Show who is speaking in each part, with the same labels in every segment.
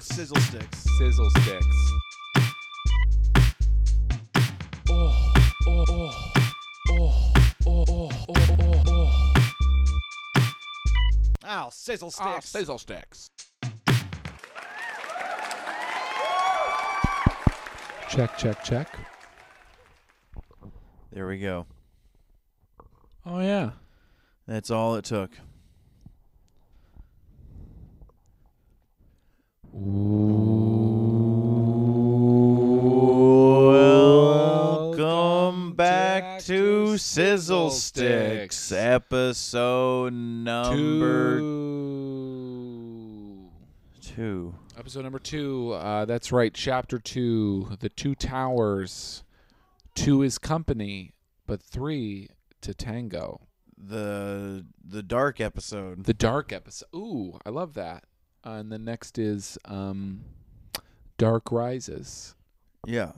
Speaker 1: Sizzle sticks.
Speaker 2: Sizzle sticks. Oh, oh, oh, oh, oh, oh, oh, oh, oh.
Speaker 1: Ow, sizzle sticks.
Speaker 2: Ah, sizzle sticks. Check, check, check.
Speaker 3: There we go.
Speaker 2: Oh yeah.
Speaker 3: That's all it took. Welcome back to Sizzle Sticks, episode number
Speaker 2: two.
Speaker 3: two.
Speaker 2: Episode number two. Uh, that's right, chapter two. The two towers. Two is company, but three to tango.
Speaker 3: The the dark episode.
Speaker 2: The dark episode. Ooh, I love that. Uh, and the next is um, Dark Rises.
Speaker 3: Yeah,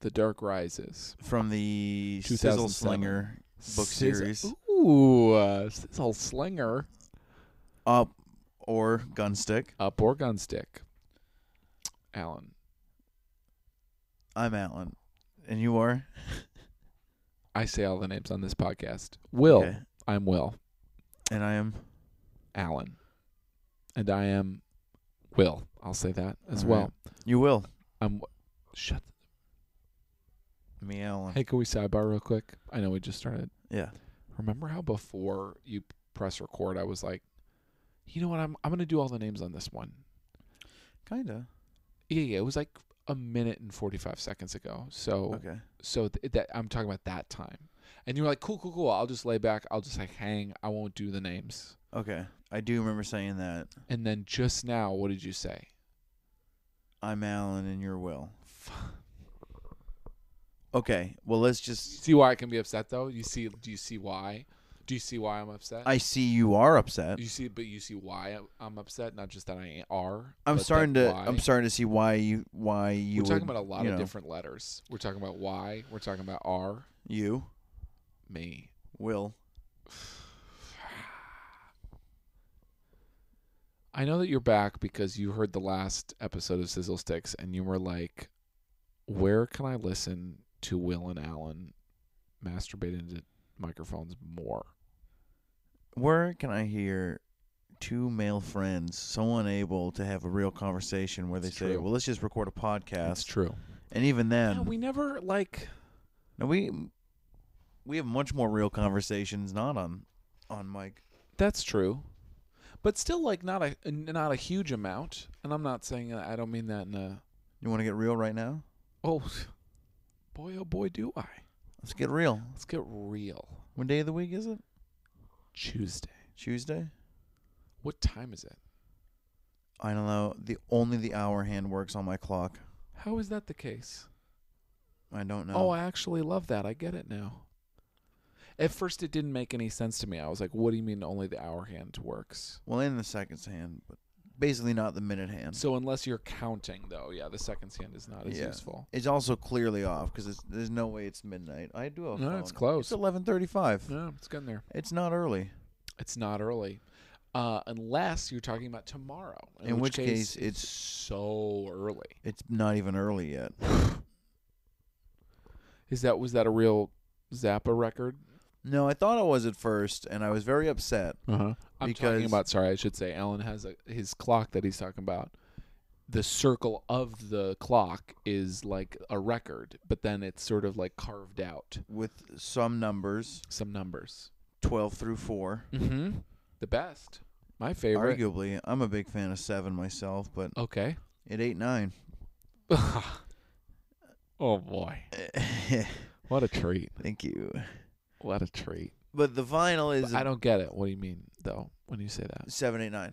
Speaker 2: The Dark Rises
Speaker 3: from the Sizzle
Speaker 2: 2007.
Speaker 3: Slinger book
Speaker 2: Sizz-
Speaker 3: series.
Speaker 2: Ooh, uh, sizzle slinger.
Speaker 3: Up or Gunstick.
Speaker 2: Up or gun stick. uh, Alan,
Speaker 3: I'm Alan, and you are
Speaker 2: I say all the names on this podcast. Will,
Speaker 3: Okay.
Speaker 2: I'm Will.
Speaker 3: and I am
Speaker 2: Alan, and I am Will. I'll say that as
Speaker 3: All right.
Speaker 2: well.
Speaker 3: you will
Speaker 2: I'm shut.
Speaker 3: me Alan.
Speaker 2: Hey, can we sidebar real quick? I know we just started.
Speaker 3: Yeah.
Speaker 2: Remember how before you press record, I was like, you know what? I'm I'm gonna do all the names on this one.
Speaker 3: Kinda.
Speaker 2: Yeah, yeah. It was like a minute and forty five seconds ago. So
Speaker 3: Okay.
Speaker 2: so th- that I'm talking about that time. And you were like, cool, cool, cool. I'll just lay back. I'll just like hang. I won't do the names.
Speaker 3: Okay. I do remember saying that.
Speaker 2: And then just now, what did you say?
Speaker 3: I'm Alan and you're Will. Okay. Well, let's just.
Speaker 2: See why I can be upset though. You see? Do you see why? Do you see why I'm upset?
Speaker 3: I see you are upset.
Speaker 2: You see, but you see why I- I'm upset, not just that I are.
Speaker 3: I'm
Speaker 2: but
Speaker 3: starting
Speaker 2: that
Speaker 3: to.
Speaker 2: why.
Speaker 3: I'm starting to see why you. Why you.
Speaker 2: We're talking
Speaker 3: would,
Speaker 2: about a lot
Speaker 3: you
Speaker 2: of
Speaker 3: know,
Speaker 2: different letters. We're talking about why. We're talking about are
Speaker 3: You
Speaker 2: me.
Speaker 3: will.
Speaker 2: I know that you're back because you heard the last episode of Sizzle Sticks and you were like, "Where can I listen to Will and Alan masturbate into microphones more?"
Speaker 3: Where can I hear two male friends so unable to have a real conversation where they
Speaker 2: It's
Speaker 3: say,
Speaker 2: true.
Speaker 3: "Well, let's just record a
Speaker 2: That's
Speaker 3: podcast,"
Speaker 2: true.
Speaker 3: and even then,
Speaker 2: Yeah, we never like.
Speaker 3: no, we we have much more real conversations not on on mic.
Speaker 2: That's true, but still, like not a not a huge amount. And I'm not saying I don't mean that in a
Speaker 3: You want to get real right now?
Speaker 2: Oh, boy, oh boy, do I.
Speaker 3: Let's get real.
Speaker 2: Let's get real.
Speaker 3: What day of the week is it?
Speaker 2: Tuesday.
Speaker 3: Tuesday?
Speaker 2: What time is it?
Speaker 3: I don't know. The only the hour hand works on my clock.
Speaker 2: How is that the case?
Speaker 3: I don't know.
Speaker 2: Oh, I actually love that. I get it now. At first, it didn't make any sense to me. I was like, what do you mean only the hour hand works?
Speaker 3: well, in the seconds hand, but basically not the minute hand.
Speaker 2: So, unless you're counting, though, yeah, the seconds hand is not as
Speaker 3: Yeah.
Speaker 2: useful.
Speaker 3: it's also clearly off because there's no way it's midnight. I do have. a
Speaker 2: No, it's
Speaker 3: phone.
Speaker 2: close.
Speaker 3: It's eleven thirty-five.
Speaker 2: No, it's getting there.
Speaker 3: It's not early.
Speaker 2: It's not early. Uh, unless you're talking about tomorrow, in,
Speaker 3: In which case,
Speaker 2: it's
Speaker 3: it's-
Speaker 2: so early.
Speaker 3: It's not even early yet.
Speaker 2: Is that was that a real Zappa record?
Speaker 3: No, I thought it was at first, and I was very upset.
Speaker 2: Uh-huh. I'm talking
Speaker 3: Because-
Speaker 2: about. Sorry, I should say. Alan has a, his clock that he's talking about. The circle of the clock is like a record, but then it's sort of like carved out
Speaker 3: With some numbers,
Speaker 2: some numbers.
Speaker 3: twelve through four,
Speaker 2: Mm-hmm. The best, my favorite.
Speaker 3: arguably, I'm a big fan of seven myself, but
Speaker 2: Okay.
Speaker 3: it eight nine.
Speaker 2: oh boy, what a treat!
Speaker 3: Thank you.
Speaker 2: What a treat!
Speaker 3: But the vinyl
Speaker 2: But
Speaker 3: is
Speaker 2: I don't get it. What do you mean though? When you say that,
Speaker 3: seven eight nine.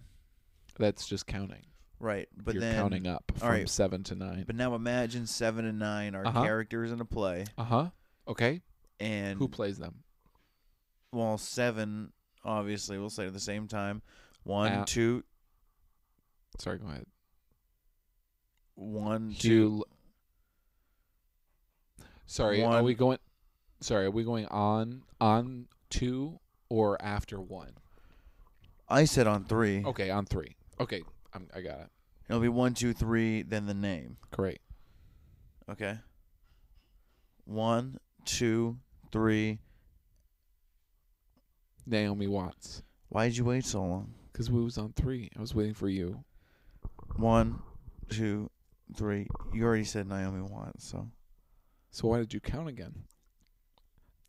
Speaker 2: that's just counting.
Speaker 3: Right, but
Speaker 2: You're
Speaker 3: then
Speaker 2: counting up from
Speaker 3: right.
Speaker 2: seven to nine.
Speaker 3: But now imagine seven and nine are
Speaker 2: Uh-huh.
Speaker 3: characters in a play,
Speaker 2: Uh huh. Okay.
Speaker 3: and
Speaker 2: Who plays them?
Speaker 3: well, seven obviously we'll say at the same time, one,
Speaker 2: Uh,
Speaker 3: two,
Speaker 2: Sorry, go ahead.
Speaker 3: one, two,
Speaker 2: Hugh. Sorry, are
Speaker 3: One.
Speaker 2: we going? Sorry, are we going on on two or after one?
Speaker 3: I said on three.
Speaker 2: Oh. Okay, on three. Okay, I'm, I got it.
Speaker 3: It'll be one, two, three, then the name.
Speaker 2: Great.
Speaker 3: Okay. One, two, three.
Speaker 2: Naomi Watts.
Speaker 3: Why'd you wait so long?
Speaker 2: Because we was on three. I was waiting for you.
Speaker 3: One, two, three. You already said Naomi Watts, so
Speaker 2: So why did you count again?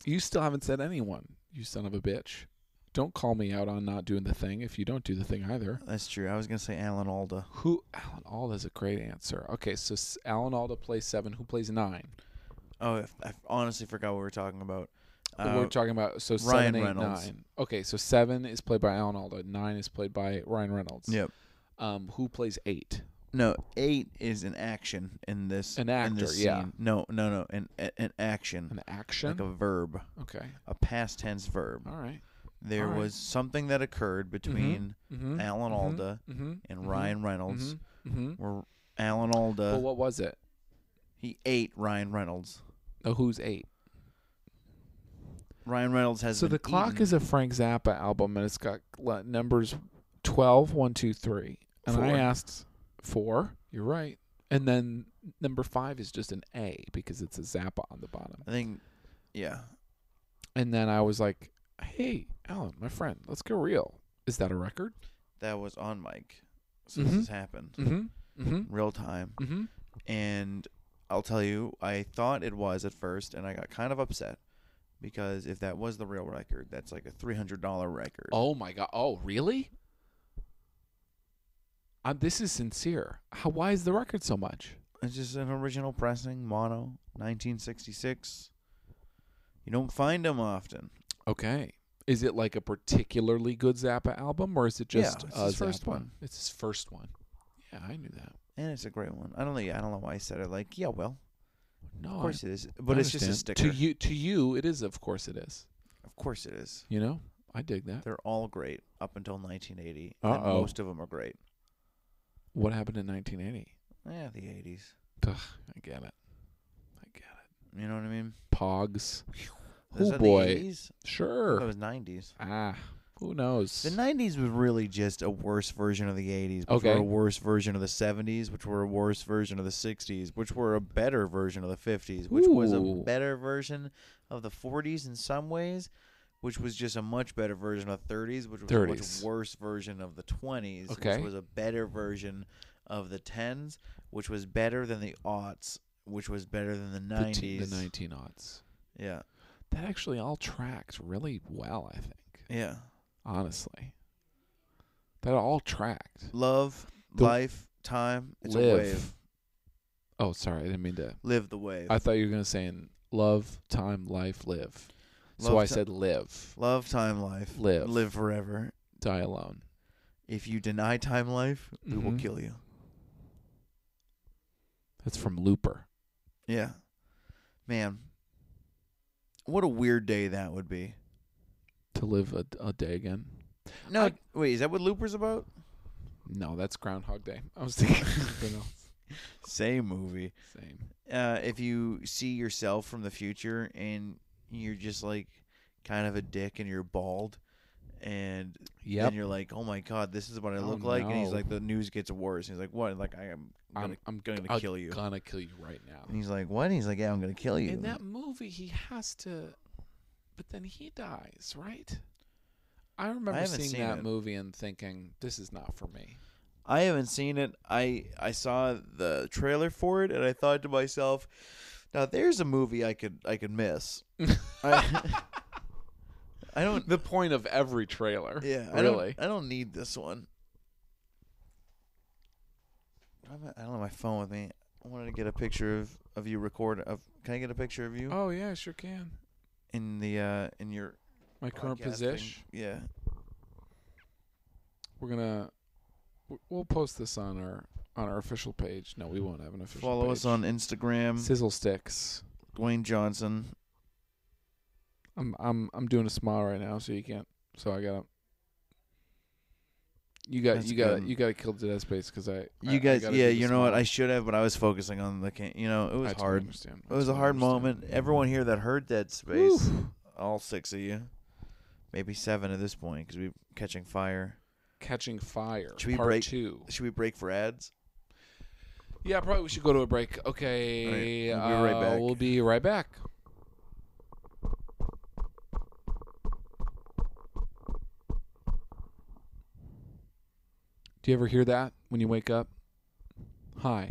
Speaker 2: You still haven't said anyone, you son of a bitch. Don't call me out on not doing the thing if you don't do the thing either.
Speaker 3: that's true. I was gonna say Alan Alda.
Speaker 2: Who? Alan Alda's a great answer. Okay, so S- Alan Alda plays seven. Who plays nine?
Speaker 3: Oh, if, I honestly forgot what we were talking about.
Speaker 2: But
Speaker 3: Uh,
Speaker 2: We're talking about so
Speaker 3: Ryan
Speaker 2: seven, eight,
Speaker 3: Reynolds.
Speaker 2: nine. Okay, so seven is played by Alan Alda. Nine is played by Ryan Reynolds.
Speaker 3: Yep.
Speaker 2: Um, who plays eight?
Speaker 3: No, eight is an action in this.
Speaker 2: An
Speaker 3: in
Speaker 2: actor.
Speaker 3: this
Speaker 2: Yeah,
Speaker 3: scene. No, no, no. An a- an action,
Speaker 2: an action.
Speaker 3: like a verb,
Speaker 2: okay.
Speaker 3: a past tense verb.
Speaker 2: All right.
Speaker 3: There
Speaker 2: All right.
Speaker 3: was something that occurred between
Speaker 2: Mm-hmm.
Speaker 3: Alan
Speaker 2: Mhm.
Speaker 3: Alda
Speaker 2: Mm-hmm.
Speaker 3: and
Speaker 2: Mhm.
Speaker 3: Ryan Reynolds,
Speaker 2: Mm-hmm. hmm
Speaker 3: where Alan Alda
Speaker 2: well, what was it?
Speaker 3: he ate Ryan Reynolds.
Speaker 2: Oh, who's eight?
Speaker 3: Ryan Reynolds has
Speaker 2: So
Speaker 3: been
Speaker 2: the clock
Speaker 3: eaten.
Speaker 2: is a Frank Zappa album, and it's got l- numbers 12, 1, 2, 3. And I
Speaker 3: Four.
Speaker 2: asked four. You're right. And then number five is just an A because it's a Zappa on the bottom.
Speaker 3: I think, yeah.
Speaker 2: And then I was like, "Hey, Alan, my friend, let's go real. Is that a record?"
Speaker 3: that was on mic. So
Speaker 2: Mhm.
Speaker 3: this has happened
Speaker 2: Mm-hmm. Mm-hmm.
Speaker 3: real time.
Speaker 2: Mm-hmm.
Speaker 3: And I'll tell you, I thought it was at first, and I got kind of upset because if that was the real record, that's like a three hundred dollar record.
Speaker 2: Oh my god! Oh, really? Um, this is sincere. How? Why is the record so much?
Speaker 3: It's just an original pressing, mono, nineteen sixty six. You don't find them often.
Speaker 2: Okay. Is it like a particularly good Zappa album, or is it just
Speaker 3: Yeah, it's
Speaker 2: a
Speaker 3: his first
Speaker 2: Zappa?
Speaker 3: one.
Speaker 2: It's his first one. Yeah, I knew that.
Speaker 3: And it's a great one. I don't know. I don't know why I said it. Like, yeah, well,
Speaker 2: No,
Speaker 3: of course
Speaker 2: I,
Speaker 3: it is.
Speaker 2: Oh, I
Speaker 3: But it's just a
Speaker 2: understand.
Speaker 3: sticker.
Speaker 2: To you, to you, it is. Of course, it is.
Speaker 3: Of course it is.
Speaker 2: You know, I dig that.
Speaker 3: They're all great up until 1980. And
Speaker 2: Uh-oh.
Speaker 3: most of them are great.
Speaker 2: What happened in 1980?
Speaker 3: Yeah, the 80s.
Speaker 2: I get it. I get it.
Speaker 3: You know what I mean?
Speaker 2: Pogs.
Speaker 3: Is
Speaker 2: Oh
Speaker 3: that
Speaker 2: boy.
Speaker 3: The 80s? I thought it
Speaker 2: Sure.
Speaker 3: was 90s.
Speaker 2: Ah, who knows?
Speaker 3: Oh, The 90s was really just a worse version of the 80s, which
Speaker 2: Okay.
Speaker 3: were a worse version of the 70s, which were a worse version of the 60s, which were a better version of the 50s, which was a
Speaker 2: Ooh.
Speaker 3: better version of the 40s in some ways, which was just a much better version of the 30s, which was a much
Speaker 2: 30s.
Speaker 3: worse version of the 20s,
Speaker 2: Okay.
Speaker 3: which was a better version of the 10s, which was better than the aughts, which was better than the
Speaker 2: The
Speaker 3: 90s.
Speaker 2: t- the 19 odds.
Speaker 3: Yeah.
Speaker 2: That actually all tracked really well. I think,
Speaker 3: Yeah.
Speaker 2: honestly, that all tracked.
Speaker 3: Love,
Speaker 2: The-
Speaker 3: life, time. It's a wave.
Speaker 2: Oh, sorry, I didn't mean to.
Speaker 3: Live the wave.
Speaker 2: I thought you were gonna say in love, time, life, live. so
Speaker 3: Love,
Speaker 2: I
Speaker 3: ti-
Speaker 2: said live,
Speaker 3: love, time, life.
Speaker 2: Live.
Speaker 3: Live forever.
Speaker 2: die alone.
Speaker 3: If you deny time, life, we will
Speaker 2: Mhm.
Speaker 3: kill you.
Speaker 2: That's from Looper.
Speaker 3: Yeah. Man. What a weird day that would be.
Speaker 2: To live a, a day again.
Speaker 3: No,
Speaker 2: I-
Speaker 3: wait, is that what Looper's about?
Speaker 2: No, that's Groundhog Day. I was thinking something else.
Speaker 3: Same movie.
Speaker 2: Same.
Speaker 3: Uh, if you see yourself from the future and you're just like kind of a dick and you're bald and
Speaker 2: Yep.
Speaker 3: then you're like, oh my god, this is what I
Speaker 2: Oh,
Speaker 3: look like. And he's
Speaker 2: no.
Speaker 3: like, the news gets worse. And he's like, what? Like, I am
Speaker 2: I'm
Speaker 3: gonna,
Speaker 2: I'm
Speaker 3: gonna
Speaker 2: I'm
Speaker 3: kill you.
Speaker 2: Gonna kill you right now.
Speaker 3: And he's like, what? And he's like, yeah, I'm gonna kill you.
Speaker 2: In that movie, he has to, but then he dies, right? I remember
Speaker 3: haven't
Speaker 2: seeing
Speaker 3: seen
Speaker 2: that
Speaker 3: it.
Speaker 2: movie and thinking, "This is not for me."
Speaker 3: I haven't seen it. I I saw the trailer for it, and I thought to myself, now there's a movie I could I could miss. I, I don't.
Speaker 2: The point of every trailer.
Speaker 3: Yeah, I
Speaker 2: really.
Speaker 3: Don't, I don't need this one. Why am I I don't have my phone with me. I wanted to get a picture of of you record of. Can I get a picture of you
Speaker 2: Oh yeah, I sure can.
Speaker 3: in the uh in your
Speaker 2: My current
Speaker 3: podcasting?
Speaker 2: position.
Speaker 3: Yeah,
Speaker 2: We're gonna w- we'll post this on our on our official page. No, we won't have an official.
Speaker 3: follow us
Speaker 2: page.
Speaker 3: on um, Instagram.
Speaker 2: Sizzle Sticks.
Speaker 3: Dwayne Johnson.
Speaker 2: I'm I'm I'm doing a smile right now, so you can't. So I gotta. You got
Speaker 3: That's
Speaker 2: you got
Speaker 3: good.
Speaker 2: you got to kill the dead space because I. I-
Speaker 3: You
Speaker 2: I
Speaker 3: guys,
Speaker 2: gotta
Speaker 3: yeah,
Speaker 2: do the
Speaker 3: you know what?
Speaker 2: smile.
Speaker 3: I should have, but I was focusing on the. Can- you know, it was
Speaker 2: I totally
Speaker 3: hard.
Speaker 2: Understand. I
Speaker 3: It was a
Speaker 2: totally
Speaker 3: hard
Speaker 2: understand.
Speaker 3: moment. Everyone here that heard Dead Space,
Speaker 2: Whew.
Speaker 3: all six of you, maybe seven at this point, because we're catching fire.
Speaker 2: Catching fire.
Speaker 3: Should we
Speaker 2: part
Speaker 3: break-
Speaker 2: two.
Speaker 3: Should we break for ads?
Speaker 2: Yeah, probably we should go to a break. Okay,
Speaker 3: All right, we'll be right
Speaker 2: uh,
Speaker 3: back.
Speaker 2: We'll be right back. Do you ever hear that when you wake up? Hi.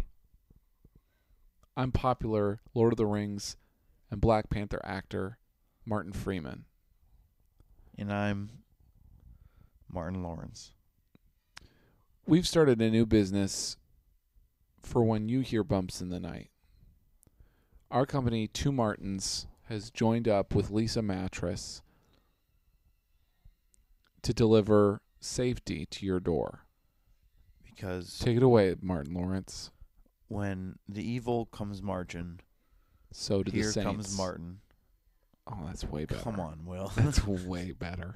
Speaker 2: I'm popular Lord of the Rings and Black Panther actor Martin Freeman.
Speaker 3: And I'm Martin Lawrence.
Speaker 2: We've started a new business for when you hear bumps in the night. Our company, Two Martins, has joined up with Lisa Mattress to deliver safety to your door.
Speaker 3: Because
Speaker 2: Take it away, Martin Lawrence.
Speaker 3: when the evil comes marching,
Speaker 2: So do the
Speaker 3: here
Speaker 2: Saints.
Speaker 3: comes Martin.
Speaker 2: Oh, that's way better.
Speaker 3: Come on, Will.
Speaker 2: That's way better.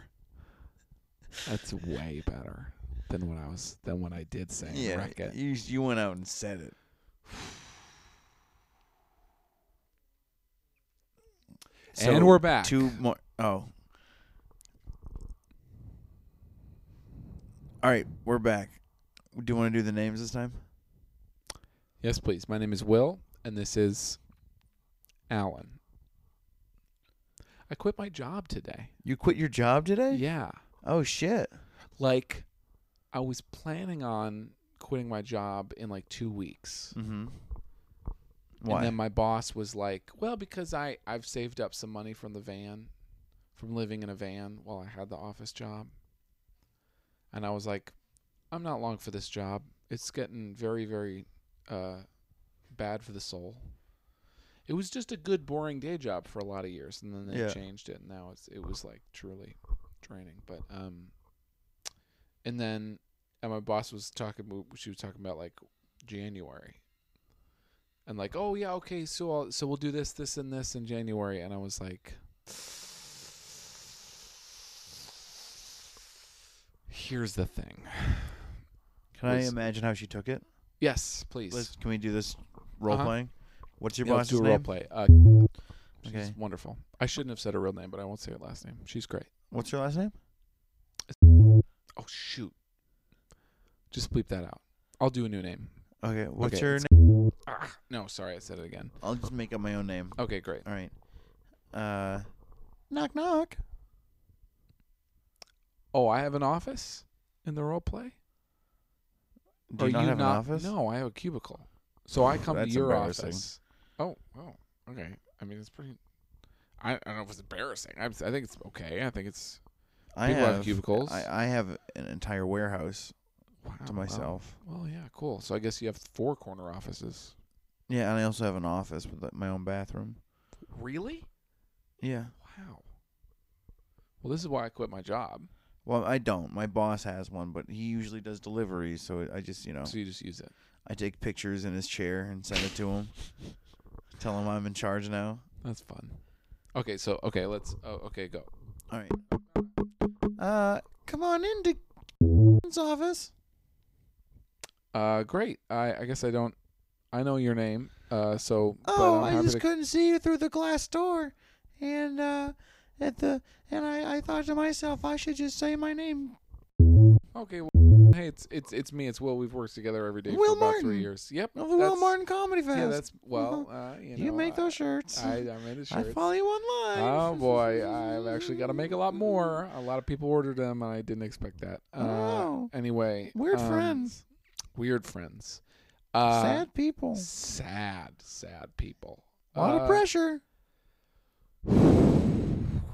Speaker 2: That's way better than what I was than what I did say. in
Speaker 3: yeah,
Speaker 2: Wreck It.
Speaker 3: you, you went out and said it.
Speaker 2: and we're back.
Speaker 3: Two more. Oh. All right, we're back. Do you want to do the names this time?
Speaker 2: Yes, please. My name is Will, and this is Alan. I quit my job today.
Speaker 3: You quit your job today?
Speaker 2: Yeah.
Speaker 3: Oh shit.
Speaker 2: Like, I was planning on quitting my job in like two weeks.
Speaker 3: Mm-hmm. Why?
Speaker 2: And then my boss was like, well, because I, I've saved up some money from the van, from living in a van while I had the office job. And I was like, I'm not long for this job. It's getting very, very uh, bad for the soul. It was just a good, boring day job for a lot of years, and then they
Speaker 3: Yeah.
Speaker 2: changed it. And now it's it was like truly draining. But um, and then and my boss was talking. about- She was talking about like January, and like, oh yeah, okay, so I'll, so we'll do this, this, and this in January. And I was like, here's the thing.
Speaker 3: can I
Speaker 2: was-
Speaker 3: imagine how she took it?
Speaker 2: Yes, please.
Speaker 3: Let's, can we do this role
Speaker 2: Uh-huh.
Speaker 3: playing? What's your
Speaker 2: Yeah, let's
Speaker 3: boss's
Speaker 2: do a
Speaker 3: name?
Speaker 2: role play. Uh, she's
Speaker 3: Okay.
Speaker 2: wonderful. I shouldn't have said her real name, but I won't say her last name. She's great.
Speaker 3: What's your last name?
Speaker 2: Oh shoot! Just bleep that out. I'll do a new name.
Speaker 3: Okay. What's
Speaker 2: Okay,
Speaker 3: your
Speaker 2: it's-
Speaker 3: name?
Speaker 2: Ah, no, sorry, I said it again.
Speaker 3: I'll just make up my own name.
Speaker 2: Okay, great.
Speaker 3: All right. Uh, knock knock.
Speaker 2: Oh, I have an office in the role play.
Speaker 3: Do
Speaker 2: Or
Speaker 3: you not have an office?
Speaker 2: No, I have a cubicle. So I come to
Speaker 3: That's
Speaker 2: your
Speaker 3: embarrassing.
Speaker 2: office. Oh, oh, okay. I mean, it's pretty. I, I don't know if it's embarrassing. I, I think it's okay. I think it's
Speaker 3: I
Speaker 2: People have
Speaker 3: have
Speaker 2: cubicles.
Speaker 3: I, I have an entire warehouse
Speaker 2: wow,
Speaker 3: to
Speaker 2: Oh, wow.
Speaker 3: myself.
Speaker 2: Well, yeah, cool. So I guess you have four corner offices.
Speaker 3: Yeah, and I also have an office with like, my own bathroom.
Speaker 2: Really?
Speaker 3: Yeah.
Speaker 2: Wow. Well, this is why I quit my job.
Speaker 3: Well, I don't. My boss has one, but he usually does deliveries, so I just, you know,
Speaker 2: So you just use it.
Speaker 3: I take pictures in his chair and send it to him. Tell him I'm in charge now.
Speaker 2: That's fun. Okay, so okay, let's. Oh, okay, go.
Speaker 3: All right. Uh, come on into his office.
Speaker 2: Uh, great. I I guess I don't. I know your name. Uh, so. but
Speaker 3: Oh,
Speaker 2: I'm
Speaker 3: I
Speaker 2: happy
Speaker 3: just
Speaker 2: to-
Speaker 3: couldn't see you through the glass door, and uh, at the and I, I thought to myself I should just say my name.
Speaker 2: Okay. Well, hey, it's it's it's me. It's Will. We've worked together every day
Speaker 3: Will
Speaker 2: for about
Speaker 3: Martin.
Speaker 2: three years. Yep.
Speaker 3: Of the Will
Speaker 2: that's-
Speaker 3: Martin Comedy Fest. Uh-huh.
Speaker 2: Yeah, that's well. Uh, you know,
Speaker 3: you, make those shirts.
Speaker 2: I, I, I made the
Speaker 3: I
Speaker 2: shirts.
Speaker 3: follow you online.
Speaker 2: Oh boy, I've actually got to make a lot more. A lot of people ordered them, and I didn't expect that. Uh,
Speaker 3: Wow.
Speaker 2: Anyway,
Speaker 3: Weird
Speaker 2: um,
Speaker 3: friends.
Speaker 2: Weird friends. Uh,
Speaker 3: Sad people.
Speaker 2: sad, sad people.
Speaker 3: A lot
Speaker 2: Uh,
Speaker 3: of pressure.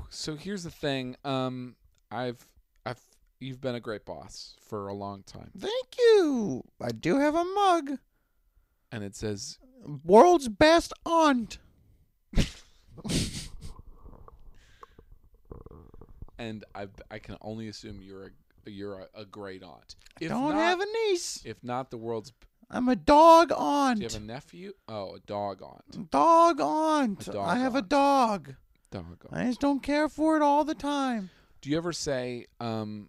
Speaker 2: So here's the thing. Um, I've, I've, you've been a great boss for a long time,
Speaker 3: Thank you. I do have a mug.
Speaker 2: and it says
Speaker 3: World's best aunt.
Speaker 2: and I I can only assume you're a you're a, a great aunt. If
Speaker 3: Don't
Speaker 2: not,
Speaker 3: have a niece.
Speaker 2: if not the world's.
Speaker 3: I'm a dog
Speaker 2: Do
Speaker 3: aunt.
Speaker 2: you have a nephew? Oh, a dog aunt.
Speaker 3: Dog aunt.
Speaker 2: A dog
Speaker 3: I have a
Speaker 2: aunt.
Speaker 3: dog.
Speaker 2: Dog aunt.
Speaker 3: I just don't care for it all the time.
Speaker 2: Do you ever say um,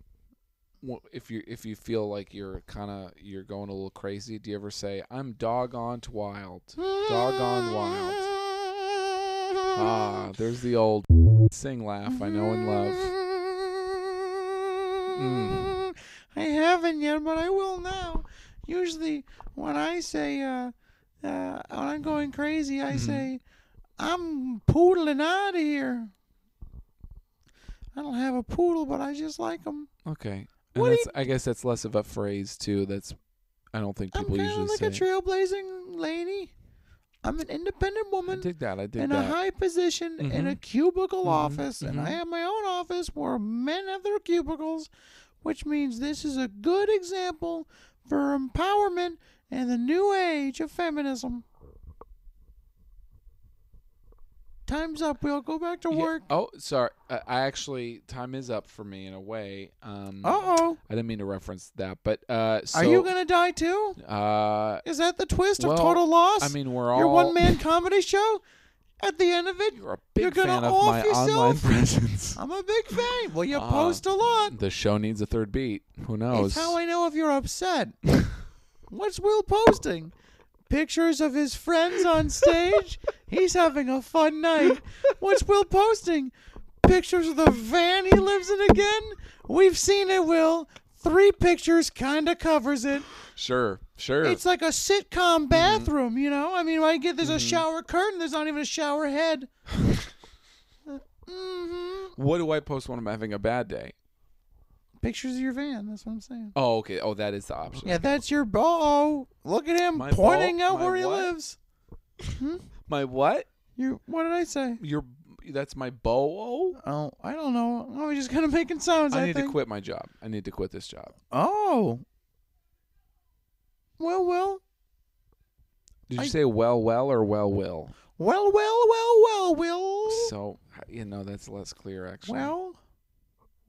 Speaker 2: wh- if you if you feel like you're kind of you're going a little crazy? Do you ever say I'm dog aunt wild? Dog on wild. Ah, there's the old sing laugh I know and love.
Speaker 3: Mm. I haven't yet, but I will now. Usually, when I say uh, uh, when I'm going crazy,
Speaker 2: Mm-hmm.
Speaker 3: I say, I'm poodling out of here. I don't have a poodle, but I just like them.
Speaker 2: Okay. And
Speaker 3: What do
Speaker 2: that's, I guess that's less of a phrase too. That's I don't think
Speaker 3: I'm
Speaker 2: people
Speaker 3: kind
Speaker 2: usually
Speaker 3: of like
Speaker 2: say.
Speaker 3: a trailblazing lady. I'm an independent
Speaker 2: I
Speaker 3: woman
Speaker 2: dig that. I dig
Speaker 3: in a
Speaker 2: that.
Speaker 3: high position in
Speaker 2: Mm-hmm.
Speaker 3: a cubicle office, and I
Speaker 2: mhm.
Speaker 3: have my own office where men have their cubicles, which means this is a good example for empowerment and the new age of feminism. Time's up. We'll go back to
Speaker 2: Yeah.
Speaker 3: work.
Speaker 2: Oh, sorry. I, I actually time is up for me in a way. Um,
Speaker 3: Uh oh.
Speaker 2: I didn't mean to reference that, but uh, so,
Speaker 3: Are you gonna die too?
Speaker 2: Uh,
Speaker 3: Is that the twist
Speaker 2: Well,
Speaker 3: of total loss?
Speaker 2: I mean, we're all
Speaker 3: your one man comedy show. At the end of it,
Speaker 2: You're a
Speaker 3: you're
Speaker 2: big
Speaker 3: gonna
Speaker 2: fan of
Speaker 3: off
Speaker 2: my
Speaker 3: yourself?
Speaker 2: online presence.
Speaker 3: I'm a big fan. Well, you
Speaker 2: Uh,
Speaker 3: post a lot.
Speaker 2: the show needs a third beat. Who knows?
Speaker 3: It's how I know if you're upset. What's Will posting? Pictures of his friends on stage. He's having a fun night. What's Will posting? Pictures of the van he lives in again. We've seen it, Will. Three pictures kind of covers it.
Speaker 2: sure, sure.
Speaker 3: It's like a sitcom bathroom, you know? I mean, I get there's a shower curtain, there's not even a shower head. Uh, hmm
Speaker 2: what do I post when I'm having a bad day?
Speaker 3: Pictures of your van, that's what I'm saying.
Speaker 2: Oh, okay. Oh, that is the option.
Speaker 3: Yeah, that's your ball. Look at him
Speaker 2: My
Speaker 3: pointing
Speaker 2: ball?
Speaker 3: out
Speaker 2: My
Speaker 3: where he
Speaker 2: what?
Speaker 3: lives.
Speaker 2: My what?
Speaker 3: You what did I say?
Speaker 2: Your that's my bow.
Speaker 3: Oh, I don't know. Oh, he's just kind of making sounds. I,
Speaker 2: I need
Speaker 3: think.
Speaker 2: to quit my job. I need to quit this job.
Speaker 3: Oh. Well, well,
Speaker 2: Did you
Speaker 3: I-
Speaker 2: say well, well, or well, will?
Speaker 3: well, well, well, well, Will.
Speaker 2: So you know that's less clear, actually.
Speaker 3: well,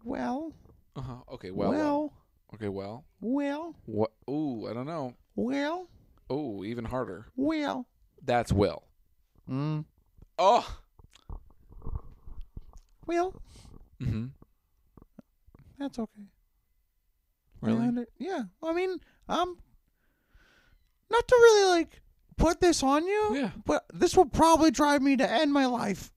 Speaker 3: well,
Speaker 2: Uh-huh. Okay. Well,
Speaker 3: well,
Speaker 2: well.
Speaker 3: well,
Speaker 2: Okay. Well.
Speaker 3: well,
Speaker 2: What? Ooh, I don't know.
Speaker 3: well,
Speaker 2: Ooh, even harder.
Speaker 3: well.
Speaker 2: That's will.
Speaker 3: Mm.
Speaker 2: Oh.
Speaker 3: Well,
Speaker 2: Mm-hmm.
Speaker 3: that's okay.
Speaker 2: Really?
Speaker 3: And it- Yeah. I mean, um, not to really like put this on you.
Speaker 2: Yeah.
Speaker 3: But this will probably drive me to end my life.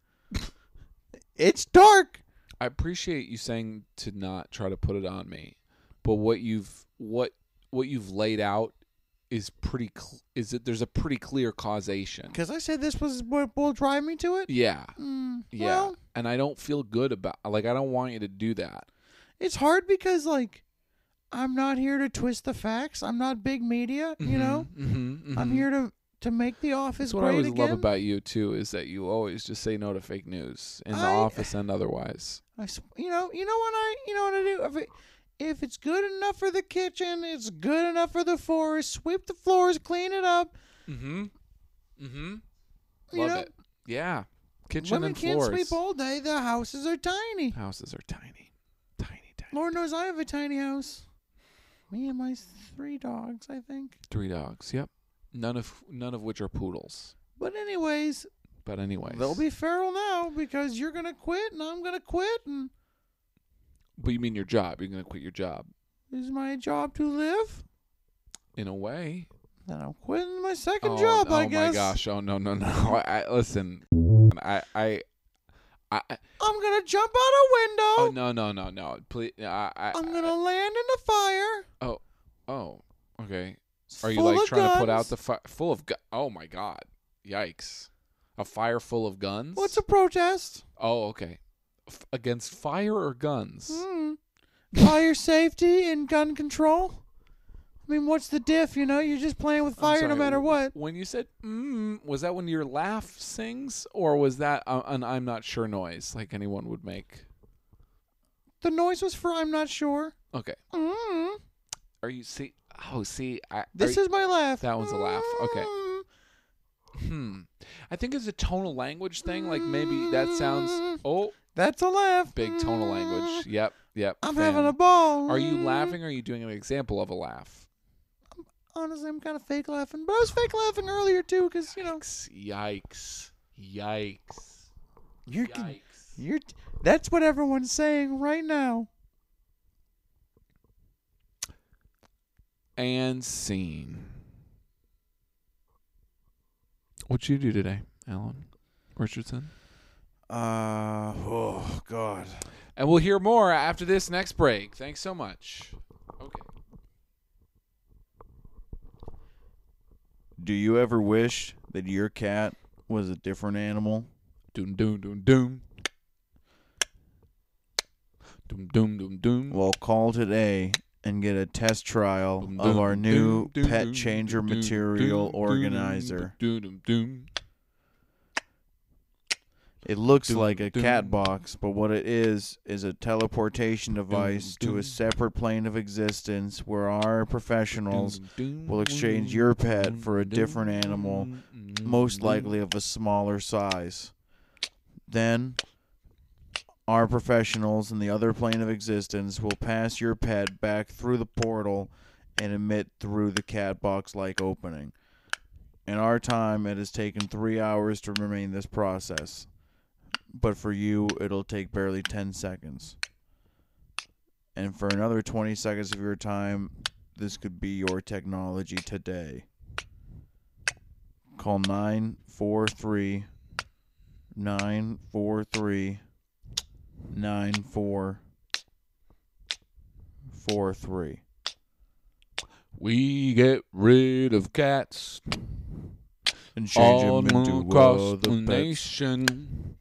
Speaker 3: it's dark.
Speaker 2: I appreciate you saying to not try to put it on me, but what you've what what you've laid out is pretty cl- is that there's a pretty clear causation.
Speaker 3: Because I said this was what will drive me to it.
Speaker 2: Yeah,
Speaker 3: Mm,
Speaker 2: yeah,
Speaker 3: Well,
Speaker 2: and I don't feel good about like I don't want you to do that.
Speaker 3: it's hard because like I'm not here to twist the facts. I'm not big media. You know,
Speaker 2: hmm
Speaker 3: I'm here to to make the office
Speaker 2: That's what
Speaker 3: great
Speaker 2: I always
Speaker 3: again.
Speaker 2: love about you too is that you always just say no to fake news in the
Speaker 3: I-
Speaker 2: office and otherwise.
Speaker 3: I s you know, you know what I, you know what I do. If, it, if it's good enough for the kitchen, it's good enough for the forest. Sweep the floors, clean it up.
Speaker 2: Mm-hmm. Mm-hmm.
Speaker 3: You
Speaker 2: Love
Speaker 3: know,
Speaker 2: it. Yeah. Kitchen
Speaker 3: women
Speaker 2: and
Speaker 3: can't
Speaker 2: floors.
Speaker 3: sweep all day. The houses are tiny.
Speaker 2: Houses are tiny, tiny, tiny.
Speaker 3: Lord knows I have a tiny house. Me and my three dogs, I think.
Speaker 2: Three dogs. Yep. None of none of which are poodles.
Speaker 3: But anyways,
Speaker 2: But anyways,
Speaker 3: they'll be feral now because you're gonna quit and I'm gonna quit and
Speaker 2: But you mean your job? You're gonna quit your job
Speaker 3: is my job to live.
Speaker 2: in a way.
Speaker 3: Then I'm quitting my second
Speaker 2: oh,
Speaker 3: job,
Speaker 2: oh
Speaker 3: I guess.
Speaker 2: my gosh! Oh no no no! I, listen. I I I. I
Speaker 3: I'm gonna jump out a
Speaker 2: oh
Speaker 3: window.
Speaker 2: no no no no! Please. I, I
Speaker 3: I'm gonna land in a fire.
Speaker 2: Oh. Okay. Are you
Speaker 3: full
Speaker 2: like
Speaker 3: of
Speaker 2: trying to put out
Speaker 3: guns.
Speaker 2: the fire full of? Gu- oh my god! Yikes! A fire full of guns.
Speaker 3: What's a protest?
Speaker 2: Oh okay. F- against fire or guns?
Speaker 3: Hmm. Fire safety and gun control. I mean, what's the diff? You know, you're just playing with
Speaker 2: I'm
Speaker 3: fire no
Speaker 2: sorry,
Speaker 3: matter
Speaker 2: w-
Speaker 3: what.
Speaker 2: When you said mm, was that when your laugh sings or was that uh, an I'm not sure noise like anyone would make?
Speaker 3: The noise was for I'm not sure.
Speaker 2: Okay.
Speaker 3: Mm.
Speaker 2: Are you see Oh, see I
Speaker 3: This is my laugh.
Speaker 2: that one's a laugh. Okay.
Speaker 3: Mm.
Speaker 2: hmm. I think it's a tonal language thing like maybe that sounds
Speaker 3: Mm.
Speaker 2: Oh,
Speaker 3: That's a laugh.
Speaker 2: big tonal language.
Speaker 3: Mm.
Speaker 2: Yep. Yep.
Speaker 3: I'm
Speaker 2: fan.
Speaker 3: having a ball.
Speaker 2: Are you
Speaker 3: Mm.
Speaker 2: laughing or are you doing an example of a laugh?
Speaker 3: Mm-hmm. Honestly, I'm kind of fake laughing, but I was fake laughing earlier too, because you know
Speaker 2: Yikes. Yikes.
Speaker 3: you're
Speaker 2: Yikes.
Speaker 3: you're. That's what everyone's saying right now.
Speaker 2: And scene. What'd you do today, Alan Richardson?
Speaker 3: Uh oh God.
Speaker 2: And we'll hear more after this next break. Thanks so much. Okay.
Speaker 3: Do you ever wish that your cat was a different animal?
Speaker 2: Doom doom doom doom. Doom doom doom doom.
Speaker 3: Well, call today and get a test trial
Speaker 2: Doom,
Speaker 3: of
Speaker 2: doom,
Speaker 3: our
Speaker 2: doom,
Speaker 3: new
Speaker 2: doom,
Speaker 3: pet
Speaker 2: doom,
Speaker 3: changer
Speaker 2: doom, doom,
Speaker 3: material
Speaker 2: doom,
Speaker 3: organizer.
Speaker 2: Doom doom doom.
Speaker 3: It looks
Speaker 2: doom,
Speaker 3: like a
Speaker 2: doom.
Speaker 3: cat box, but what it is is a teleportation device to
Speaker 2: doom.
Speaker 3: a separate plane of existence where our professionals
Speaker 2: doom,
Speaker 3: will exchange
Speaker 2: doom,
Speaker 3: your pet for a
Speaker 2: doom,
Speaker 3: different animal,
Speaker 2: doom,
Speaker 3: most
Speaker 2: doom.
Speaker 3: likely of a smaller size. Then, our professionals in the other plane of existence will pass your pet back through the portal and emit through the cat box like opening. In our time, it has taken three hours to remain this process. But for you, it'll take barely 10 seconds. And for another 20 seconds of your time, this could be your technology today. Call 943 943 9443.
Speaker 2: We get rid of cats
Speaker 3: And change
Speaker 2: all
Speaker 3: them into
Speaker 2: across
Speaker 3: other
Speaker 2: the
Speaker 3: pets.
Speaker 2: nation.
Speaker 3: Change 'em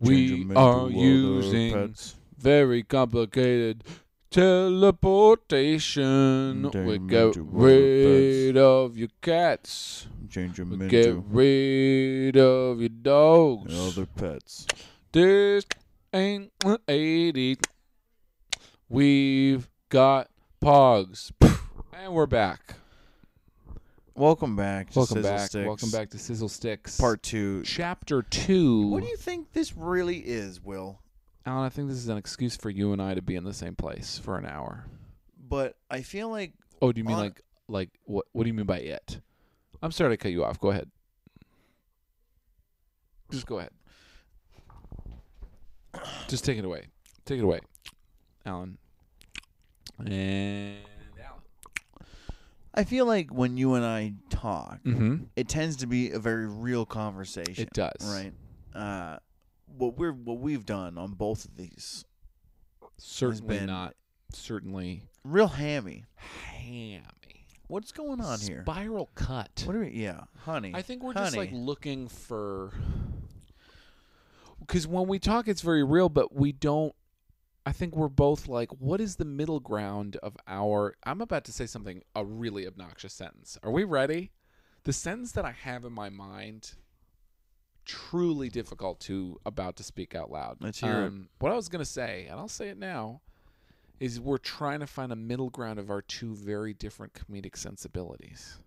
Speaker 2: We
Speaker 3: into
Speaker 2: are
Speaker 3: other
Speaker 2: using
Speaker 3: pets.
Speaker 2: very complicated teleportation.
Speaker 3: Turn
Speaker 2: We
Speaker 3: 'em
Speaker 2: get
Speaker 3: into other
Speaker 2: rid of your cats.
Speaker 3: Change them
Speaker 2: We
Speaker 3: into
Speaker 2: get rid of your dogs.
Speaker 3: other pets.
Speaker 2: This ain't 80. We've got pogs. And we're back.
Speaker 3: Welcome back. To
Speaker 2: Welcome
Speaker 3: Sizzle
Speaker 2: back.
Speaker 3: Sticks,
Speaker 2: Welcome back to Sizzle Sticks.
Speaker 3: Part two.
Speaker 2: chapter two.
Speaker 3: What do you think this really is, Will?
Speaker 2: Alan, I think this is an excuse for you and I to be in the same place for an hour.
Speaker 3: But I feel like
Speaker 2: Oh, do you mean
Speaker 3: On-
Speaker 2: like like what what do you mean by it? I'm sorry to cut you off. Go ahead. Just go ahead. Just take it away. Take it away. Alan. And Alan.
Speaker 3: I feel like when you and I talk,
Speaker 2: Mm-hmm.
Speaker 3: it tends to be a very real conversation.
Speaker 2: It does.
Speaker 3: right? Uh, what we're what we've done on both of these
Speaker 2: Certainly
Speaker 3: been-
Speaker 2: not. Certainly
Speaker 3: real hammy.
Speaker 2: hammy.
Speaker 3: What's going on here?
Speaker 2: Spiral cut.
Speaker 3: What do we? Yeah, honey.
Speaker 2: I think we're just
Speaker 3: honey.
Speaker 2: like looking for because when we talk, it's very real, but we don't. I think we're both like, what is the middle ground of our? I'm about to say something a really obnoxious sentence. Are we ready? The sentence that I have in my mind, truly difficult to about to speak out loud. Um,
Speaker 3: Let's hear it.
Speaker 2: What I was gonna say, and I'll say it now, is we're trying to find a middle ground of our two very different comedic sensibilities,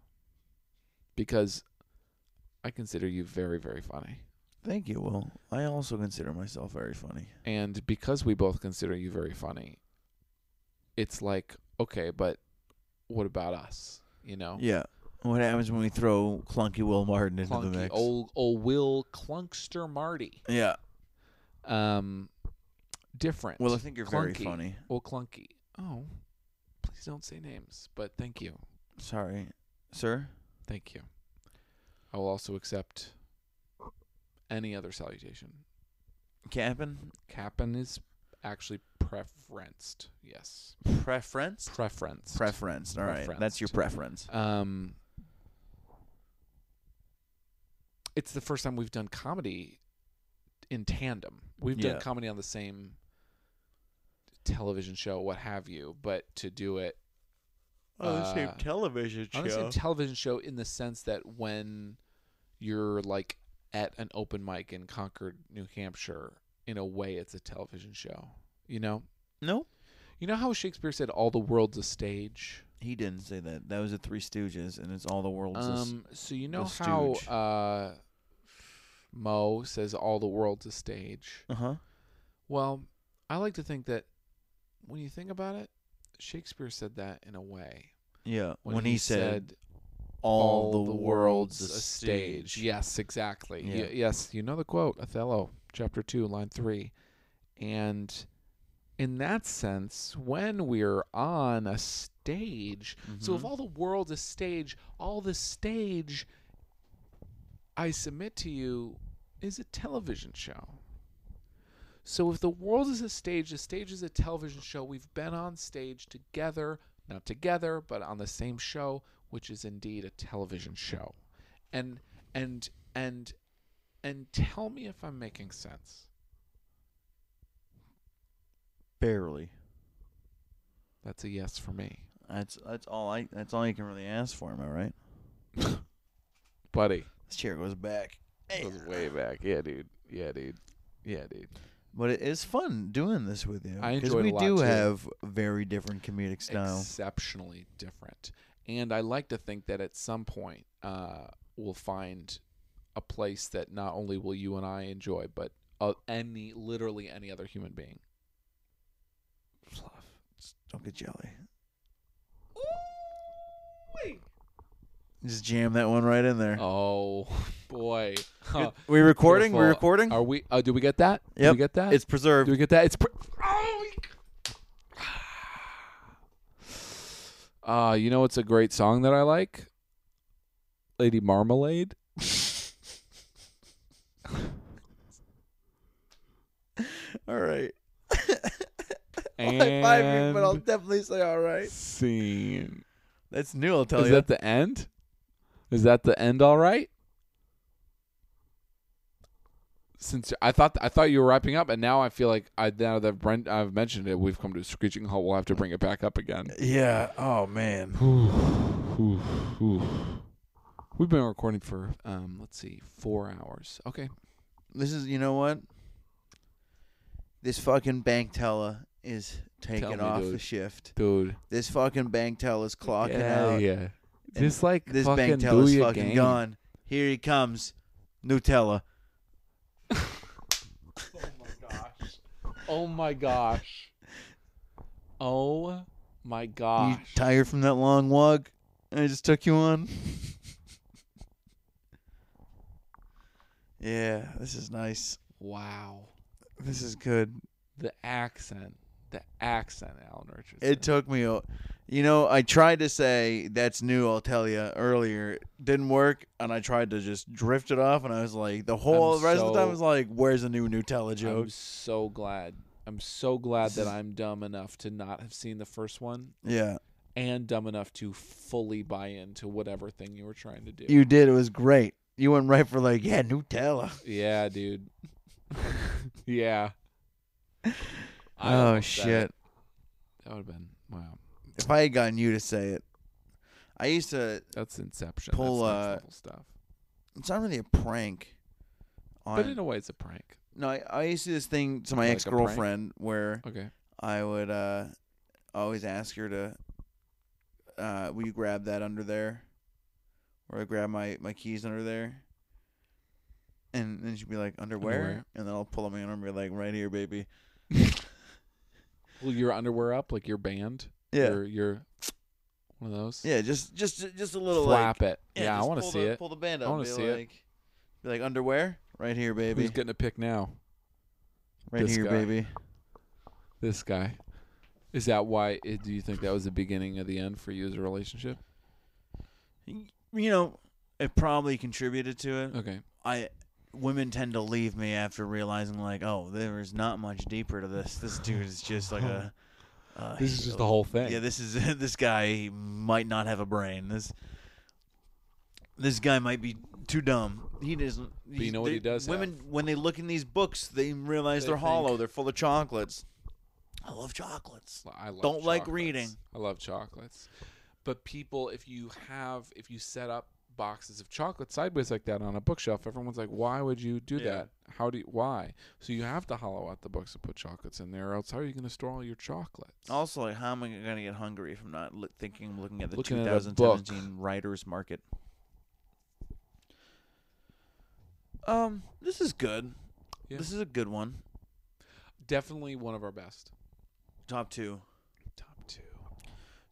Speaker 2: because I consider you very, very funny.
Speaker 3: Thank you, Will. I also consider myself very funny.
Speaker 2: And because we both consider you very funny, it's like, okay, but what about us? You know?
Speaker 3: Yeah. What happens when we throw clunky Will Martin into the
Speaker 2: Clunky
Speaker 3: mix?
Speaker 2: old old Will Clunkster Marty.
Speaker 3: yeah.
Speaker 2: Um different.
Speaker 3: Well, I think you're very
Speaker 2: Clunky.
Speaker 3: funny.
Speaker 2: old clunky. Oh. Please don't say names, but thank you.
Speaker 3: Sorry, sir.
Speaker 2: Thank you. I will also accept any other salutation.
Speaker 3: Captain.
Speaker 2: Cap'n is actually preferenced. Yes.
Speaker 3: Preference.
Speaker 2: Preferenced.
Speaker 3: Preference. All right. That's your preference.
Speaker 2: Um, it's the first time we've done comedy in tandem. We've
Speaker 3: Yeah.
Speaker 2: done comedy on the same television show, what have you, but to do it On the same Uh,
Speaker 3: television
Speaker 2: on the same television show in the sense that when you're like at an open mic in Concord, New Hampshire, in a way it's a television show. You know?
Speaker 3: no,
Speaker 2: You know how Shakespeare said all the world's a stage?
Speaker 3: he didn't say that. That was the Three Stooges, and it's all the world's. a s-
Speaker 2: Um, so you know
Speaker 3: the
Speaker 2: how
Speaker 3: Stooge.
Speaker 2: uh, Mo says all the world's a stage.
Speaker 3: uh-huh.
Speaker 2: Well, I like to think that when you think about it, Shakespeare said that in a way
Speaker 3: Yeah. When, he, said, "All the world's a stage."
Speaker 2: Yes, exactly. Y-
Speaker 3: Yeah.
Speaker 2: yes, you know the quote, Othello, chapter 2, line 3. And in that sense, when we're on a stage, so if
Speaker 3: Mhm.
Speaker 2: all the world's a stage, all the stage, I submit to you, is a television show. So if the world is a stage, the stage is a television show. We've been on stage together not together, but on the same show, which is indeed a television show. And and and and tell me if I'm making sense.
Speaker 3: Barely.
Speaker 2: That's a yes for me.
Speaker 3: That's that's all I that's all you can really ask for, am I right?
Speaker 2: Buddy.
Speaker 3: This chair goes back.
Speaker 2: That was way back. Yeah, dude. Yeah, dude. Yeah, dude.
Speaker 3: But it is fun doing this with you.
Speaker 2: I
Speaker 3: 'cause
Speaker 2: enjoyed
Speaker 3: we
Speaker 2: it a lot,
Speaker 3: do
Speaker 2: too.
Speaker 3: have very different comedic style.
Speaker 2: exceptionally different. And I like to think that at some point uh, we'll find a place that not only will you and I enjoy, but uh, any literally any other human being. Fluff.
Speaker 3: Just Don't get jelly. Just jam that one right in there.
Speaker 2: Oh boy, Huh.
Speaker 3: we recording?
Speaker 2: Beautiful.
Speaker 3: We're recording?
Speaker 2: are we? Uh, do we get that? Do
Speaker 3: Yep.
Speaker 2: we get that?
Speaker 3: It's
Speaker 2: do
Speaker 3: preserved.
Speaker 2: we get that? It's. Pre- oh. my- Ah, you know it's a great song that I like. Lady Marmalade.
Speaker 3: All right.
Speaker 2: And
Speaker 3: definitely say all right.
Speaker 2: scene.
Speaker 3: That's new, I'll tell
Speaker 2: Is
Speaker 3: you.
Speaker 2: that the end? Is that the end? All right. Since I thought I thought you were wrapping up, and now I feel like I now that Brent I've mentioned it, we've come to a screeching halt. We'll have to bring it back up again.
Speaker 3: yeah. Oh man.
Speaker 2: We've been recording for um, let's see, four hours. Okay,
Speaker 3: This is you know what? This fucking bank teller is taking
Speaker 2: me,
Speaker 3: off
Speaker 2: dude.
Speaker 3: the shift.
Speaker 2: dude.
Speaker 3: This fucking bank teller's clocking out.
Speaker 2: yeah. This like
Speaker 3: This
Speaker 2: fucking
Speaker 3: bank teller's
Speaker 2: Booyah
Speaker 3: fucking
Speaker 2: gang.
Speaker 3: gone. Here he comes. Nutella.
Speaker 2: Oh my gosh. Oh my gosh.
Speaker 3: You tired from that long walk? I just took you on. yeah, this is nice.
Speaker 2: Wow.
Speaker 3: This is good.
Speaker 2: The accent. The accent, Alan Richardson.
Speaker 3: It took me, a, you know, I tried to say that's new. I'll tell you earlier, didn't work, and I tried to just drift it off, and I was like, the whole
Speaker 2: I'm
Speaker 3: rest of the time
Speaker 2: so-
Speaker 3: was like, where's the new Nutella
Speaker 2: I'm
Speaker 3: joke?
Speaker 2: so glad. I'm so glad
Speaker 3: This
Speaker 2: that
Speaker 3: is-
Speaker 2: I'm dumb enough to not have seen the first one
Speaker 3: yeah,
Speaker 2: and dumb enough to fully buy into whatever thing you were trying to do.
Speaker 3: you did. It was great. You went right for like, yeah, Nutella.
Speaker 2: yeah, dude. yeah. I
Speaker 3: oh
Speaker 2: almost said
Speaker 3: shit.
Speaker 2: it. That would have been wow.
Speaker 3: If I had gotten you to say it, I used to.
Speaker 2: That's Inception.
Speaker 3: Pull, uh,
Speaker 2: That's next level stuff.
Speaker 3: It's not really a prank. On,
Speaker 2: But in a way, it's a prank.
Speaker 3: no, I, I used to do this thing to my
Speaker 2: Like a
Speaker 3: ex
Speaker 2: prank?
Speaker 3: girlfriend where
Speaker 2: Okay.
Speaker 3: I would uh, always ask her to, uh, will you grab that under there? Or I grab my, my keys under there. And then she'd be like, underwear?
Speaker 2: Underwear.
Speaker 3: And then I'll pull them in and be like, right here, baby.
Speaker 2: Well, your underwear up, like your band.
Speaker 3: Yeah.
Speaker 2: Your, your one of those.
Speaker 3: yeah, just just just a little
Speaker 2: Flap
Speaker 3: like,
Speaker 2: it. Yeah, I
Speaker 3: just
Speaker 2: want to
Speaker 3: pull
Speaker 2: see
Speaker 3: the,
Speaker 2: it.
Speaker 3: Pull the band
Speaker 2: I
Speaker 3: up.
Speaker 2: wanna
Speaker 3: be
Speaker 2: see it.
Speaker 3: like, Be like, underwear? Right here, baby.
Speaker 2: Who's getting a pick now?
Speaker 3: Right
Speaker 2: this
Speaker 3: here,
Speaker 2: guy?
Speaker 3: baby.
Speaker 2: This guy. Is that why? eh, Do you think that was the beginning of the end for you as a relationship?
Speaker 3: You know, it probably contributed to it.
Speaker 2: Okay.
Speaker 3: I women tend to leave me after realizing like, oh, there's not much deeper to this. This dude is just like a. Uh,
Speaker 2: This is just the whole thing.
Speaker 3: Yeah, this is this guy might not have a brain. This this guy might be too dumb. He doesn't. But
Speaker 2: you know what he does
Speaker 3: Women when they look in these books, they realize
Speaker 2: They
Speaker 3: they are
Speaker 2: think-
Speaker 3: hollow. They're full of chocolates. I love chocolates.
Speaker 2: I love
Speaker 3: Don't like
Speaker 2: chocolates.
Speaker 3: reading.
Speaker 2: I love chocolates. But people, if you have, if you set up boxes of chocolate sideways like that on a bookshelf, everyone's like, why would you do
Speaker 3: Yeah.
Speaker 2: that? How do you, why? So you have to hollow out the books and put chocolates in there, or else how are you going to store all your chocolates?
Speaker 3: Also, like, how am I gonna get hungry if I'm not li- thinking, looking at the
Speaker 2: Looking at a book.
Speaker 3: 2017 Writers Market? Um, this is good.
Speaker 2: Yeah.
Speaker 3: This is a good one.
Speaker 2: Definitely one of our best.
Speaker 3: Top two.
Speaker 2: Top two.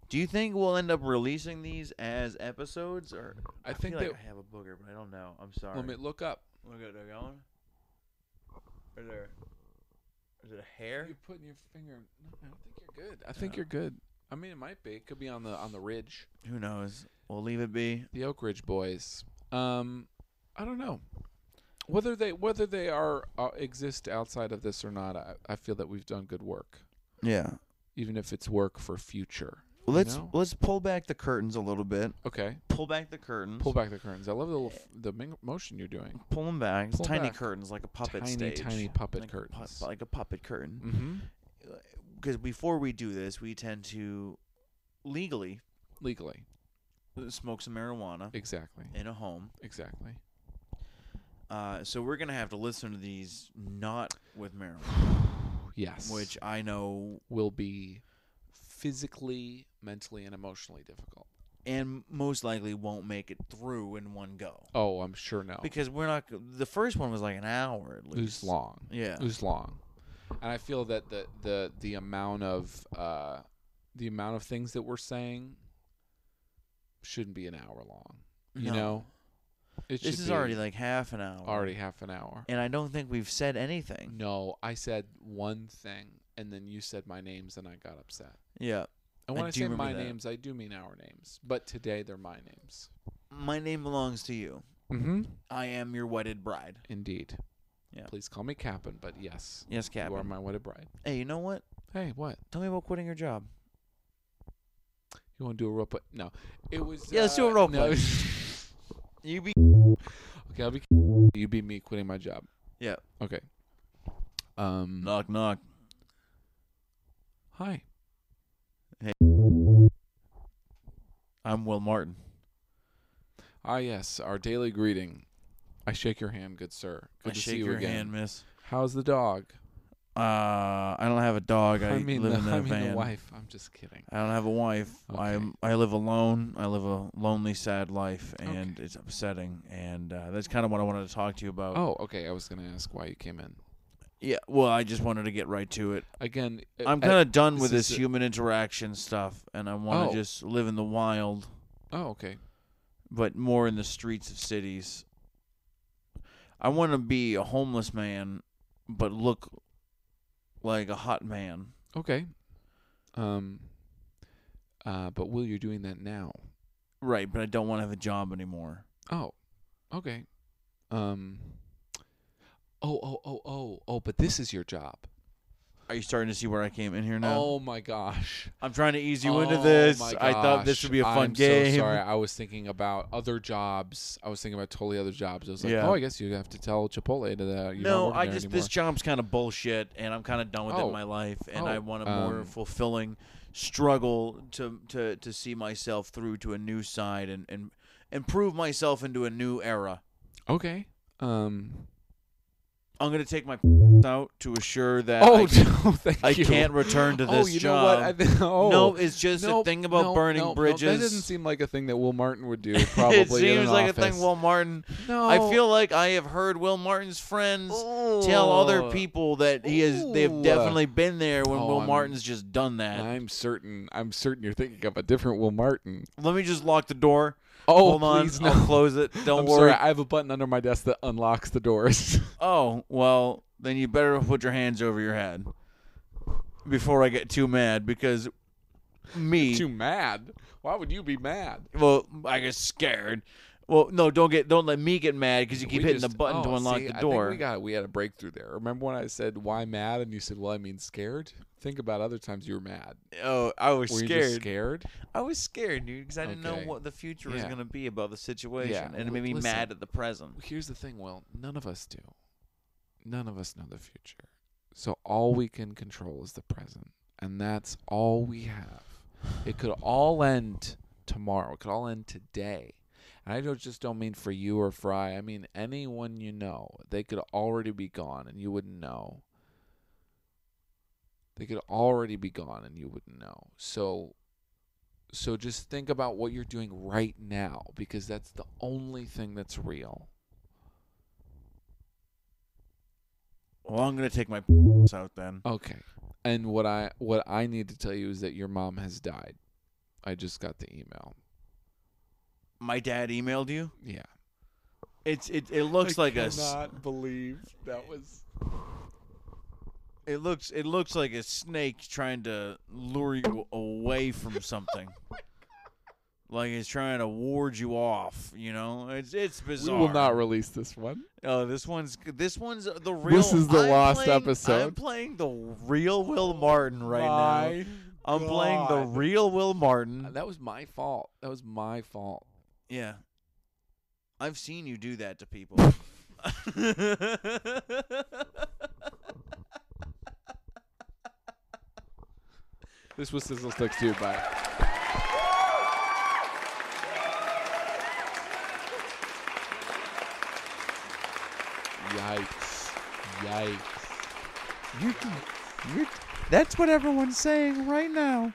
Speaker 3: Do you think we'll end up releasing these as episodes, or
Speaker 2: I, think
Speaker 3: feel
Speaker 2: that.
Speaker 3: like I have a booger, but I don't know. I'm sorry.
Speaker 2: Let me look up.
Speaker 3: Look at they're going. Is there? Is it a hair?
Speaker 2: You're putting your finger. No, I don't think you're good. I
Speaker 3: Yeah.
Speaker 2: think you're good. I mean, it might be. It could be on the on the ridge.
Speaker 3: Who knows? We'll leave it be.
Speaker 2: the Oak Ridge Boys. Um, I don't know whether they whether they are uh, exist outside of this or not. I, I feel that we've done good work,
Speaker 3: Yeah.
Speaker 2: even if it's work for future
Speaker 3: Let's
Speaker 2: know?
Speaker 3: let's pull back the curtains a little bit.
Speaker 2: Okay.
Speaker 3: Pull back the curtains.
Speaker 2: Pull back the curtains. I love the little f- the min- motion you're doing.
Speaker 3: Pull them back. It's
Speaker 2: Pull
Speaker 3: tiny
Speaker 2: back.
Speaker 3: curtains, like a puppet
Speaker 2: Tiny,
Speaker 3: stage.
Speaker 2: tiny puppet
Speaker 3: like A
Speaker 2: curtains.
Speaker 3: pu- like a puppet curtain.
Speaker 2: Mm-hmm.
Speaker 3: Because before we do this, we tend to legally
Speaker 2: Legally.
Speaker 3: smoke some marijuana
Speaker 2: Exactly.
Speaker 3: in a home.
Speaker 2: Exactly.
Speaker 3: Uh, so we're gonna have to listen to these not with marijuana,
Speaker 2: Yes.
Speaker 3: which I know
Speaker 2: will be physically, mentally, and emotionally difficult.
Speaker 3: and most likely won't make it through in one go
Speaker 2: Oh, I'm sure no.
Speaker 3: because we're not. The first one was like an hour at
Speaker 2: It was
Speaker 3: least.
Speaker 2: long.
Speaker 3: Yeah.
Speaker 2: It was long, and I feel that the the the amount of uh, the amount of things that we're saying shouldn't be an hour long. You
Speaker 3: No.
Speaker 2: know,
Speaker 3: This
Speaker 2: it should
Speaker 3: is
Speaker 2: be
Speaker 3: already like half an hour.
Speaker 2: already half an hour.
Speaker 3: And I don't think we've said anything.
Speaker 2: No, I said one thing, and then you said my names, and I got upset.
Speaker 3: Yeah.
Speaker 2: And when
Speaker 3: I
Speaker 2: I,
Speaker 3: do
Speaker 2: say
Speaker 3: remember
Speaker 2: my
Speaker 3: that.
Speaker 2: names, I do mean our names, but today they're my names.
Speaker 3: My name belongs to you.
Speaker 2: Mm-hmm.
Speaker 3: I am your wedded bride.
Speaker 2: Indeed.
Speaker 3: Yeah.
Speaker 2: Please call me Captain, but yes,
Speaker 3: Yes, Captain.
Speaker 2: you are my wedded bride.
Speaker 3: hey, you know what?
Speaker 2: Hey, what?
Speaker 3: Tell me about quitting your job.
Speaker 2: You want to do a role play? No, it was.
Speaker 3: Yeah, let's do a
Speaker 2: uh,
Speaker 3: role
Speaker 2: no.
Speaker 3: play. You be.
Speaker 2: okay, I'll be. You be me quitting my job.
Speaker 3: Yeah.
Speaker 2: Okay. Um.
Speaker 3: Knock knock.
Speaker 2: Hi.
Speaker 3: I'm Will Martin.
Speaker 2: Ah, yes, our daily greeting. I shake your hand, good sir. Good
Speaker 3: I
Speaker 2: to
Speaker 3: shake
Speaker 2: see you
Speaker 3: your
Speaker 2: again.
Speaker 3: hand, Miss.
Speaker 2: How's the dog?
Speaker 3: Uh, I don't have a dog. I,
Speaker 2: mean,
Speaker 3: live
Speaker 2: the,
Speaker 3: in a
Speaker 2: I mean
Speaker 3: van.
Speaker 2: the wife. I'm just kidding.
Speaker 3: I don't have a wife.
Speaker 2: Okay.
Speaker 3: I'm I live alone. I live a lonely, sad life, and it's upsetting. And uh, that's kind of what I wanted to talk to you about.
Speaker 2: Oh, okay. I was gonna ask why you came in
Speaker 3: Yeah. Well, I just wanted to get right to it.
Speaker 2: again.
Speaker 3: I'm
Speaker 2: uh,
Speaker 3: kind of done with
Speaker 2: this
Speaker 3: this
Speaker 2: is a-
Speaker 3: human interaction stuff, and I want
Speaker 2: Oh.
Speaker 3: to just live in the wild,
Speaker 2: Oh, okay.
Speaker 3: but more in the streets of cities. I want to be a homeless man, but look like a hot man.
Speaker 2: Okay. Um. Uh. But will you're doing that now?
Speaker 3: Right, but I don't want to have a job anymore.
Speaker 2: Oh, okay. Um. Oh, oh, oh, oh, oh! But this is your job.
Speaker 3: Are you starting to see where I came in here now?
Speaker 2: Oh my gosh!
Speaker 3: I'm trying to ease you into
Speaker 2: Oh
Speaker 3: this.
Speaker 2: my
Speaker 3: I thought this
Speaker 2: gosh.
Speaker 3: would be a fun
Speaker 2: I'm
Speaker 3: game.
Speaker 2: So sorry, I was thinking about other jobs. I was thinking about totally other jobs. I was like,
Speaker 3: Yeah.
Speaker 2: oh, I guess you have to tell Chipotle to that. You're
Speaker 3: No, I just
Speaker 2: not working there anymore.
Speaker 3: this job's kind of bullshit, and I'm kind of done with it
Speaker 2: Oh.
Speaker 3: in my life, and
Speaker 2: Oh,
Speaker 3: I want a more
Speaker 2: um,
Speaker 3: fulfilling struggle to to to see myself through to a new side and and and prove myself into a new era.
Speaker 2: okay. Um.
Speaker 3: I'm gonna take my out to assure that
Speaker 2: Oh,
Speaker 3: I,
Speaker 2: no, thank
Speaker 3: I
Speaker 2: you.
Speaker 3: can't return to
Speaker 2: Oh,
Speaker 3: this
Speaker 2: you know
Speaker 3: job.
Speaker 2: what? I think, oh.
Speaker 3: no, it's just a
Speaker 2: Nope,
Speaker 3: thing about
Speaker 2: nope,
Speaker 3: burning
Speaker 2: nope, nope.
Speaker 3: bridges.
Speaker 2: That doesn't seem like a thing that Will Martin would do. Probably
Speaker 3: it
Speaker 2: in
Speaker 3: seems
Speaker 2: an
Speaker 3: like a
Speaker 2: office.
Speaker 3: thing. Will Martin.
Speaker 2: No,
Speaker 3: I feel like I have heard Will Martin's friends tell other
Speaker 2: Ooh.
Speaker 3: people that he has they've
Speaker 2: Ooh.
Speaker 3: definitely been there when
Speaker 2: Oh,
Speaker 3: Will
Speaker 2: I'm-
Speaker 3: Martin's just done that.
Speaker 2: I'm certain. I'm certain you're thinking of a different Will Martin.
Speaker 3: Let me just lock the door.
Speaker 2: Oh,
Speaker 3: Hold on,
Speaker 2: please
Speaker 3: I'll
Speaker 2: no.
Speaker 3: close it. Don't
Speaker 2: I'm
Speaker 3: worry.
Speaker 2: sorry. I have a button under my desk that unlocks the doors.
Speaker 3: oh well, then you better put your hands over your head before I get too mad because me.
Speaker 2: Too mad. Why would you be mad?
Speaker 3: well, I get scared. Well, no, don't get don't let me get mad because you keep
Speaker 2: We
Speaker 3: hitting the
Speaker 2: just-
Speaker 3: button to
Speaker 2: oh,
Speaker 3: unlock
Speaker 2: see,
Speaker 3: the
Speaker 2: I
Speaker 3: door.
Speaker 2: think we got we had a breakthrough there. Remember when I said why mad and you said well I mean scared. Think about other times you were mad.
Speaker 3: oh, I was
Speaker 2: Were
Speaker 3: scared.
Speaker 2: you just scared?
Speaker 3: I was scared, dude, because I didn't
Speaker 2: Okay.
Speaker 3: know what the future was
Speaker 2: Yeah.
Speaker 3: going to be about the situation,
Speaker 2: Yeah,
Speaker 3: and it
Speaker 2: l-
Speaker 3: made me
Speaker 2: listen.
Speaker 3: mad at the present.
Speaker 2: Um, Here's the thing, Will. None of us do. None of us know the future. So all we can control is the present, and that's all we have. It could all end tomorrow. It could all end today. And I don't, just don't mean for you or Fry. I mean anyone you know. They could already be gone, and you wouldn't know. They could already be gone, and you wouldn't know. So, so just think about what you're doing right now, because that's the only thing that's real.
Speaker 3: Well, I'm going to take my out then.
Speaker 2: Okay. And what I what I need to tell you is that your mom has died. I just got the email.
Speaker 3: My dad emailed you.
Speaker 2: Yeah.
Speaker 3: It's it. It looks like a. s-
Speaker 2: believe that was
Speaker 3: It looks it looks like a snake trying to lure you away from something.
Speaker 2: Oh
Speaker 3: like it's trying to ward you off, you know? It's it's
Speaker 2: We
Speaker 3: bizarre.
Speaker 2: will not release this one.
Speaker 3: Oh, this one's this one's the real
Speaker 2: is the
Speaker 3: I'm
Speaker 2: lost
Speaker 3: playing- I'm
Speaker 2: episode.
Speaker 3: playing the real Will Martin right now. I'm playing the
Speaker 2: God. Uh,
Speaker 3: real Will Martin.
Speaker 2: That was my fault. That was my fault.
Speaker 3: Yeah. I've seen you do that to people.
Speaker 2: This was Sizzle Sticks too. Bye. Yikes! Yikes!
Speaker 3: you can, you that's what everyone's saying right now.